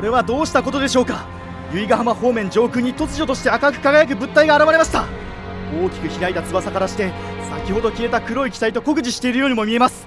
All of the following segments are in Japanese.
れはどうしたことでしょうか由比ヶ浜方面上空に突如として赤く輝く物体が現れました大きく開いた翼からして先ほど消えた黒い機体と酷似しているようにも見えます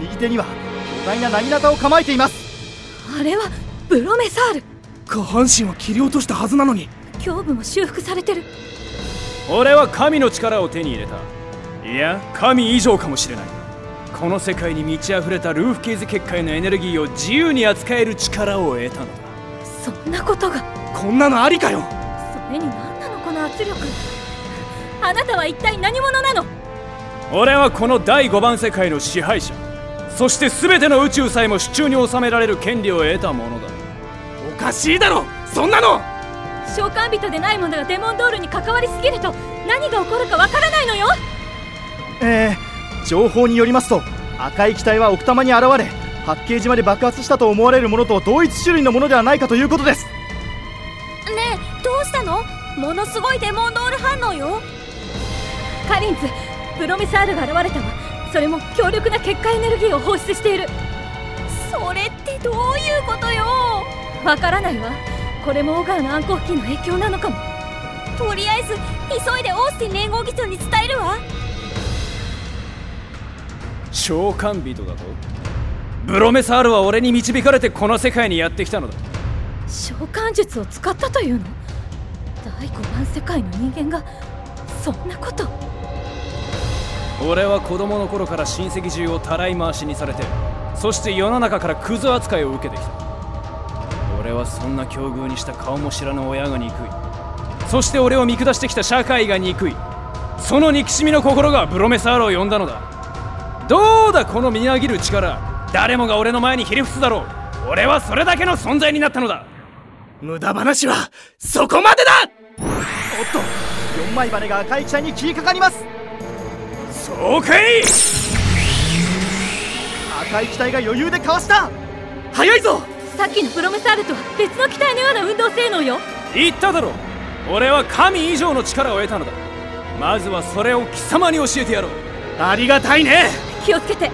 右手には巨大ななぎなたを構えていますあれはブロメサール下半身を切り落としたはずなのに胸部も修復されてる俺は神の力を手に入れたいや神以上かもしれないこの世界に満ち溢れたルーフケーズ結界のエネルギーを自由に扱える力を得たのだそんなことがこんなのありかよそれに何なのこの圧力あなたは一体何者なの俺はこの第5番世界の支配者そして全ての宇宙さえも手中に収められる権利を得たものだおかしいだろそんなの召喚人でない者がデモンドールに関わりすぎると何が起こるかわからないのよえー、情報によりますと赤い機体は奥多摩に現れ八景島で爆発したと思われるものと同一種類のものではないかということですねえどうしたのものすごいデモンドール反応よカリンズプロメサールが現れたわそれも強力な結界エネルギーを放出しているそれってどういうことよわからないわこれもオガーの暗黒期の影響なのかもとりあえず急いでオースティン連合議長に伝えるわ召喚人だとブロメサールは俺に導かれてこの世界にやってきたのだ召喚術を使ったというの第5番世界の人間がそんなこと俺は子供の頃から親戚中をたらい回しにされてそして世の中からクズ扱いを受けてきた俺はそんな境遇にした顔も知らぬ親が憎いそして俺を見下してきた社会が憎いその憎しみの心がブロメサールを呼んだのだどうだこのみなぎる力誰もが俺の前にひれ伏すだろう俺はそれだけの存在になったのだ無駄話はそこまでだおっと4枚羽が赤い機体に切りかかりますそうかい赤い機体が余裕でかわした早いぞさっきのプロメサールとは別の機体のような運動性能よ言っただろう俺は神以上の力を得たのだまずはそれを貴様に教えてやろうありがたいね気をつけて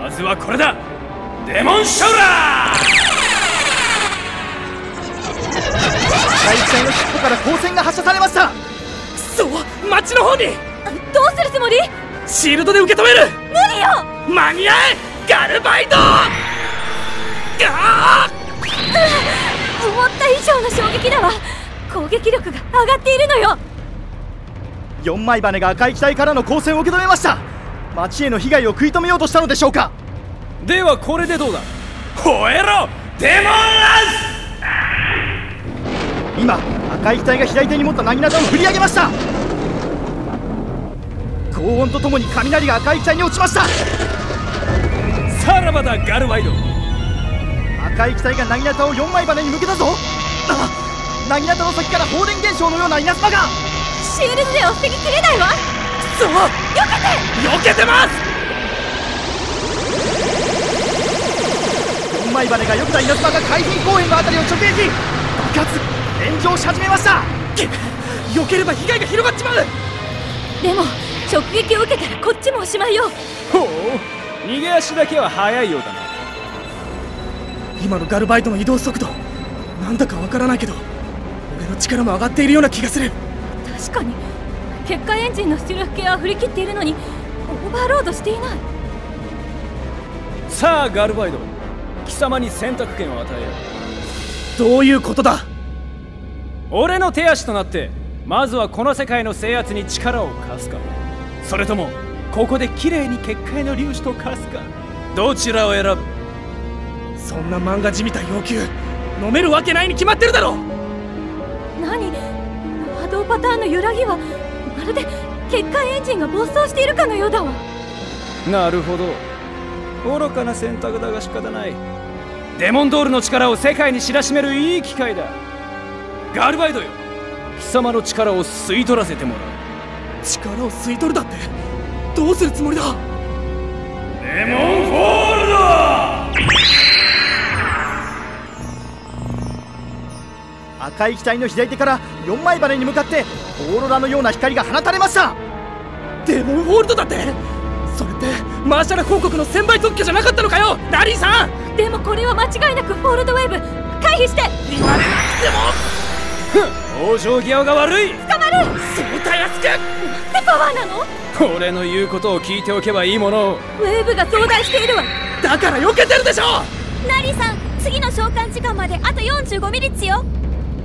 まずはこれだデモンシャウラー赤い機体の尻尾から光線が発射されましたくそ町の方にどうするつもりシールドで受け止める無理よ間に合えガルバイドガー思った以上の衝撃だわ攻撃力が上がっているのよ4枚羽が赤い機体からの光線を受け止めました町への被害を食い止めようとしたのでしょうかではこれでどうだ吠えろデモンアズ今赤い機体が左手に持ったなぎなたを振り上げました轟音とともに雷が赤い機体に落ちましたさらばだガルワイド赤い機体がなぎなたを4枚羽に向けたぞあなぎなたの先から放電現象のような稲妻がシールドでは防ぎきれないわそう避け避けてます4枚羽がよけた稲妻が海浜公園のあたりを直撃爆発炎上し始めましたくっ避ければ被害が広がっちまうてでも直撃を受けたらこっちもおしまいよほう逃げ足だけは速いようだな今のガルバイトの移動速度なんだかわからないけど俺の力も上がっているような気がする確かに結界エンジンの出力系は振り切っているのにオーバーロードしていないさあガルバイド貴様に選択権を与えようどういうことだ俺の手足となってまずはこの世界の制圧に力を貸すかそれともここで綺麗に結界の粒子と貸すかどちらを選ぶそんな漫画じみた要求飲めるわけないに決まってるだろ何波動パターンの揺らぎはまるで結界エンジンが暴走しているかのようだわなるほど愚かな選択だが仕方ないデモンドールの力を世界に知らしめるいい機会だガルバイドよ貴様の力を吸い取らせてもらう力を吸い取るだってどうするつもりだデモンホールド赤い機体の左手から4枚羽に向かってオーロラのような光が放たれましたデモンホールドだってそれってマーシャル広告の1000倍特許じゃなかったのかよラリーさんでもこれは間違いなくフォールドウェーブ回避して往生際が悪い捕まるそうたやすくってパワーなのウ俺の言うことを聞いておけばいいものをェーブが増大しているわだから避けてるでしょナリさん次の召喚時間まであと45ミリッツよ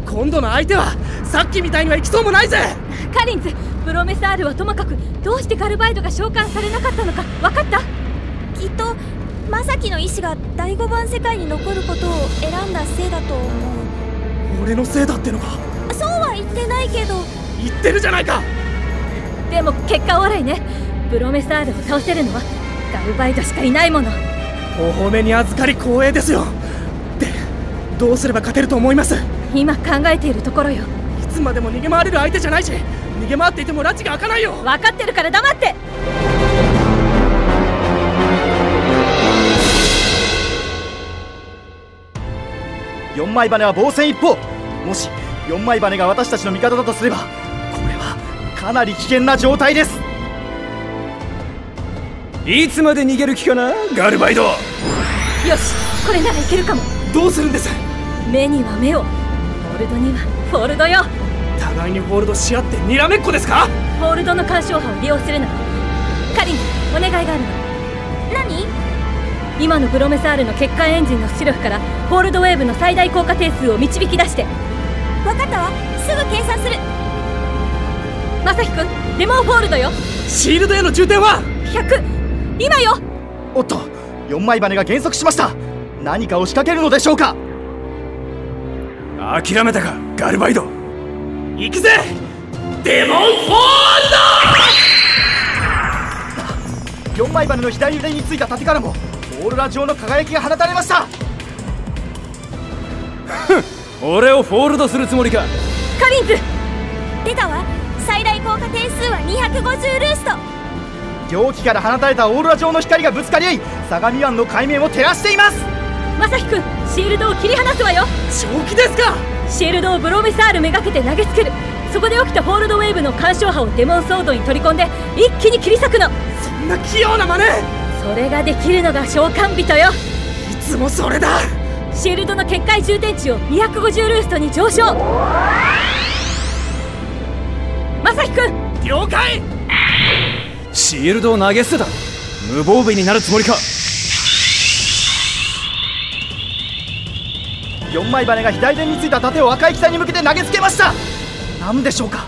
今度の相手はさっきみたいには行きそうもないぜカリンズプロメサールはともかくどうしてガルバイドが召喚されなかったのか分かったきっとマサキの意志が第5番世界に残ることを選んだせいだと思う俺のせいだってのかそうは言ってないけど言ってるじゃないかでも結果笑いねプロメサールを倒せるのはガルバイドしかいないものお褒めに預かり光栄ですよでどうすれば勝てると思いますい今考えているところよつまでも逃げ回れる相手じゃないし逃げ回っていても拉致が開かないよ分かってるから黙って4枚羽は防戦一方もし4枚羽が私たちの味方だとすればこれはかなり危険な状態ですいつまで逃げる気かなガルバイドよしこれならいけるかもどうするんです目には目をフォールドにはフォールドよ互いにホールドし合ってにらめっこですかフォールドの干渉波を利用するならカリンお願いがあるの何今のブロメサールの欠陥エンジンの出力からフォールドウェーブの最大効果定数を導き出して分かったわすぐ計算するまさひくんレモンフォールドよシールドへの充填は100今よおっと4枚羽が減速しました何かを仕掛けるのでしょうか諦めたかガルバイド行くぜデモンフォール4枚羽の左腕についた盾からもオーロラ状の輝きが放たれました俺をフォールドするつもりかカリンズ出たわ最大効果定数は250ルースト容器から放たれたオーロラ状の光がぶつかり合い相模湾の海面を照らしていますまさひくんシールドを切り離すわよド正気ですかシールドをブロメサールめがけて投げつけるそこで起きたホールドウェーブの干渉波をデモンソードに取り込んで一気に切り裂くのそんな器用な真似それができるのが召喚人よいつもそれだシールドの結界充填値を250ルーストに上昇まさひくん了解シールドを投げ捨てた無防備になるつもりか4枚羽が左手についた盾を赤い機体に向けて投げつけました何でしょうかも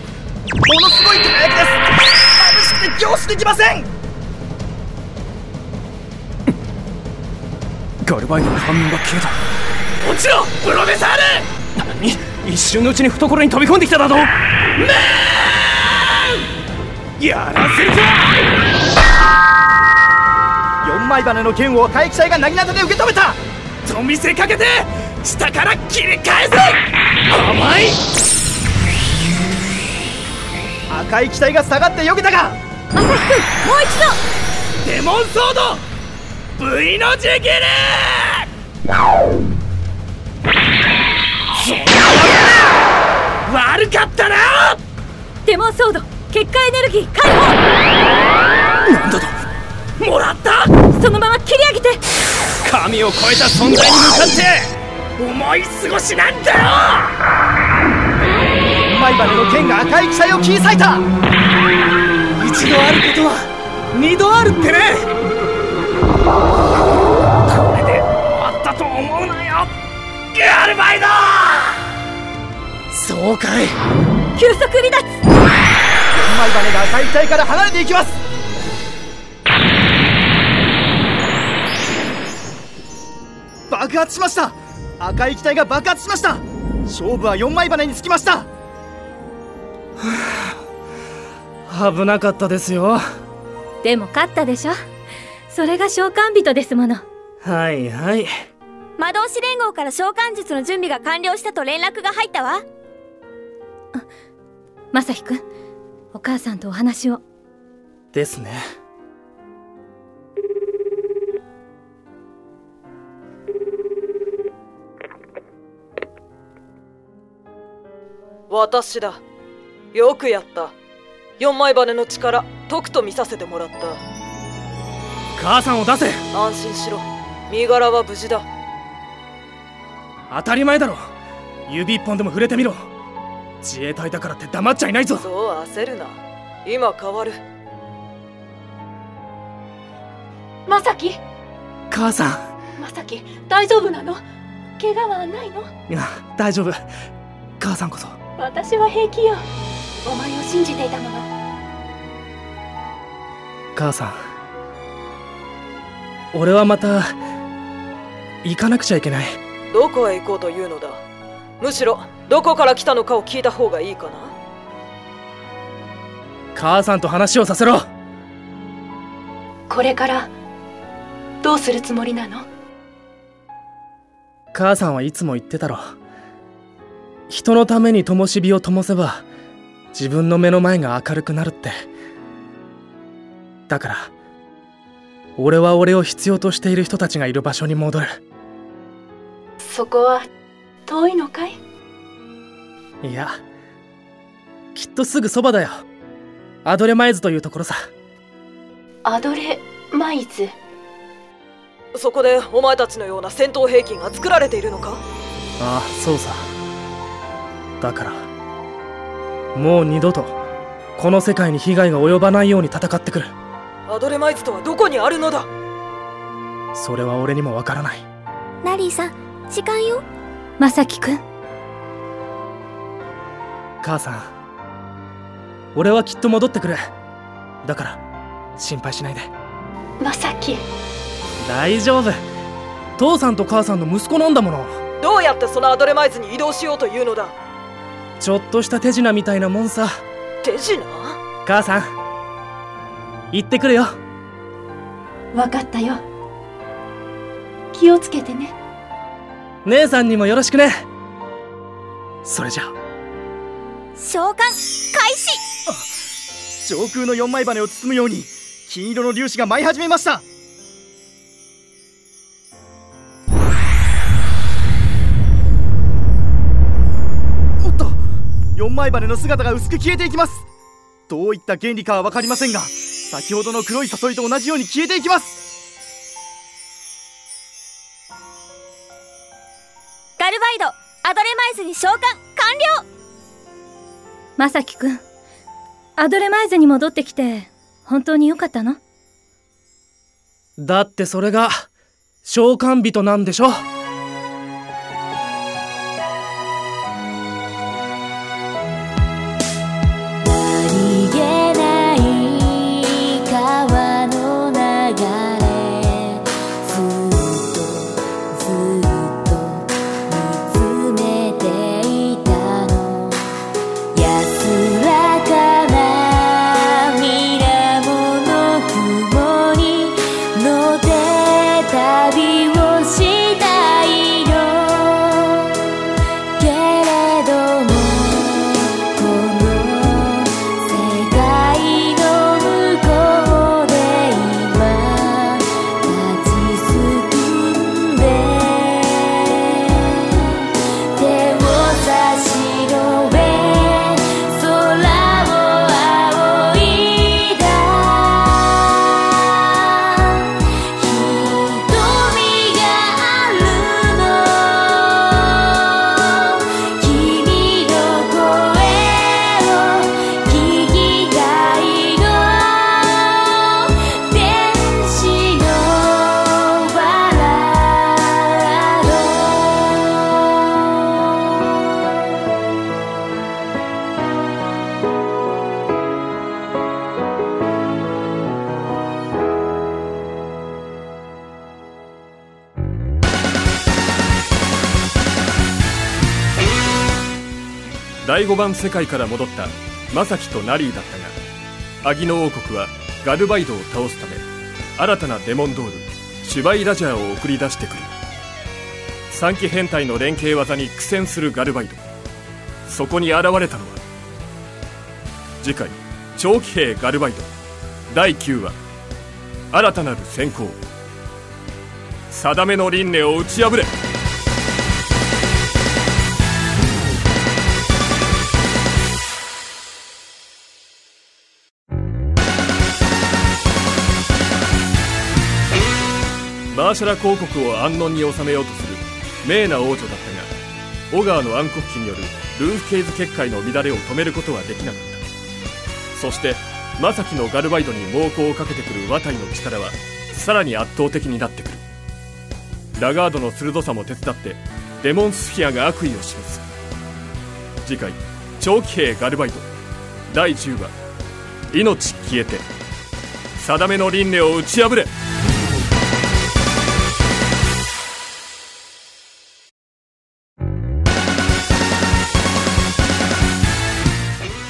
のすごい輝きです眩しくて凝視できません ガルバイドの反応が消えた落ちろプロメサールに一瞬のうちに懐に飛び込んできただとやらせるか4枚羽の剣を赤い機体がなぎなたで受け止めたと見せかけて下から切り返せ甘い赤い機体が下がって避けたがまさひくんもう一度デモンソード V の字切りそんな悪かったなデモンソード結界エネルギー解放なんだともらったそのまま切り上げて神を超えた存在に向かって思い過ごしなんだよ4枚羽の剣が赤い機体を切り裂いた一度あることは二度あるってねこれで終わったと思うなよアルバイドそうかい急速離脱4枚羽が赤い機体から離れていきます爆発しました赤い機体が爆発しました勝負は4枚羽につきました 危なかったですよでも勝ったでしょそれが召喚人ですものはいはい魔導士連合から召喚術の準備が完了したと連絡が入ったわまさひくんお母さんとお話をですね私だよくやった4枚羽の力とくと見させてもらった母さんを出せ安心しろ身柄は無事だ当たり前だろ指一本でも触れてみろ自衛隊だからって黙っちゃいないぞそう焦るな今変わるまさき母さまさき大丈夫なの怪我はないのんいや大丈夫母さんこそ私は平気よお前を信じていたのは母さん俺はまた行かなくちゃいけないどこへ行こうというのだむしろどこから来たのかを聞いた方がいいかな母さんと話をさせろこれからどうするつもりなの母さんはいつも言ってたろ人のために灯火を灯せば自分の目の前が明るくなるってだから俺は俺を必要としている人たちがいる場所に戻るそこは遠いのかいいやきっとすぐそばだよアドレマイズというところさアドレマイズそこでお前たちのような戦闘兵器が作られているのかああそうさだからもう二度とこの世界に被害が及ばないように戦ってくるアドレマイズとはどこにあるのだそれは俺にもわからないラリーさん時間よまさきくん母さん俺はきっと戻ってくるだから心配しないでまさき大丈夫父さんと母さんの息子なんだものどうやってそのアドレマイズに移動しようというのだちょっとした手品みたいなもんさ手品母さん行ってくるよわかったよ気をつけてね姉さんにもよろしくねそれじゃあ召喚開始上空の四枚羽を包むように金色の粒子が舞い始めましたおっと四枚羽の姿が薄く消えていきますどういった原理かは分かりませんが先ほどの黒い誘いと同じように消えていきますガルバイドアドレマイズに召喚完了まさきくんアドレマイズに戻ってきて本当に良かったのだってそれが召喚人なんでしょ逃げない川の流れふっとずっと見つめていたの安らかなミラモの雲に乗って旅をしたいのけれどもこの世界の向こうで今立ちすくんで手を差し伸べ空を仰いだ瞳があるの君の声を聞きたいの天使のバラード第5番世界から戻ったマサキとナリーだったがアギノ王国はガルバイドを倒すため新たなデモンドールシュバイラジャーを送り出してくる三騎変態の連携技に苦戦するガルバイドそこに現れたのは次回「長騎兵ガルバイド」第9話新たなる先行定めの輪廻を打ち破れマーシャラ公国を安穏に収めようとする名な王女だったがオガーの暗黒期によるルーフ系図結界の乱れを止めることはできなかったそしてマサキのガルバイドに猛攻をかけてくるワタイの力はさらに圧倒的になってくるラガードの鋭さも手伝ってデモンスフィアが悪意を示す次回「長期兵ガルバイド」第10話「命消えて」定めの輪廻を打ち破れ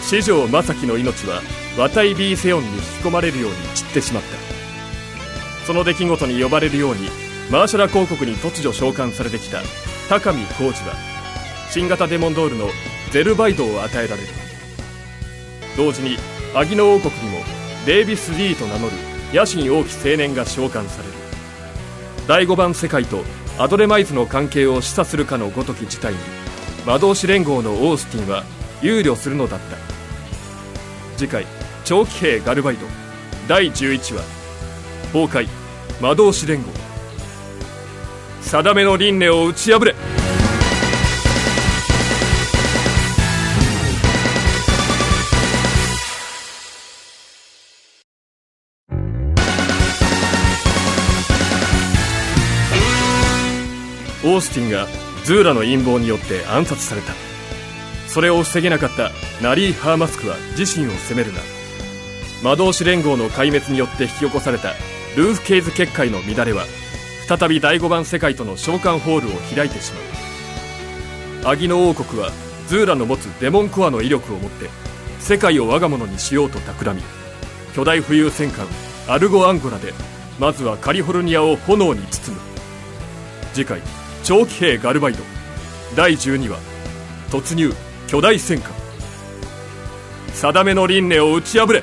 四条正樹の命は綿井 B セヨンに引き込まれるように散ってしまったその出来事に呼ばれるようにマーシャラ公国に突如召喚されてきた高見浩二は新型デモンドールのゼルバイドを与えられる同時にアギノ王国にもデイビス・リーと名乗る野心多き青年が召喚される第5番世界とアドレマイズの関係を示唆するかのごとき事態に魔導士連合のオースティンは憂慮するのだった次回「長期兵ガルバイド」第11話「崩壊魔導士連合」定めの輪廻を打ち破れオースティンがズーラの陰謀によって暗殺されたそれを防げなかったナリー・ハーマスクは自身を責めるが魔導士連合の壊滅によって引き起こされたルーフ・ケイズ結界の乱れは再び第5番世界との召喚ホールを開いてしまうアギノ王国はズーラの持つデモンコアの威力を持って世界を我が物にしようと企み巨大浮遊戦艦アルゴ・アンゴラでまずはカリフォルニアを炎に包む次回「長期兵ガルバイド」第12話「突入巨大戦艦」定めの輪廻を打ち破れ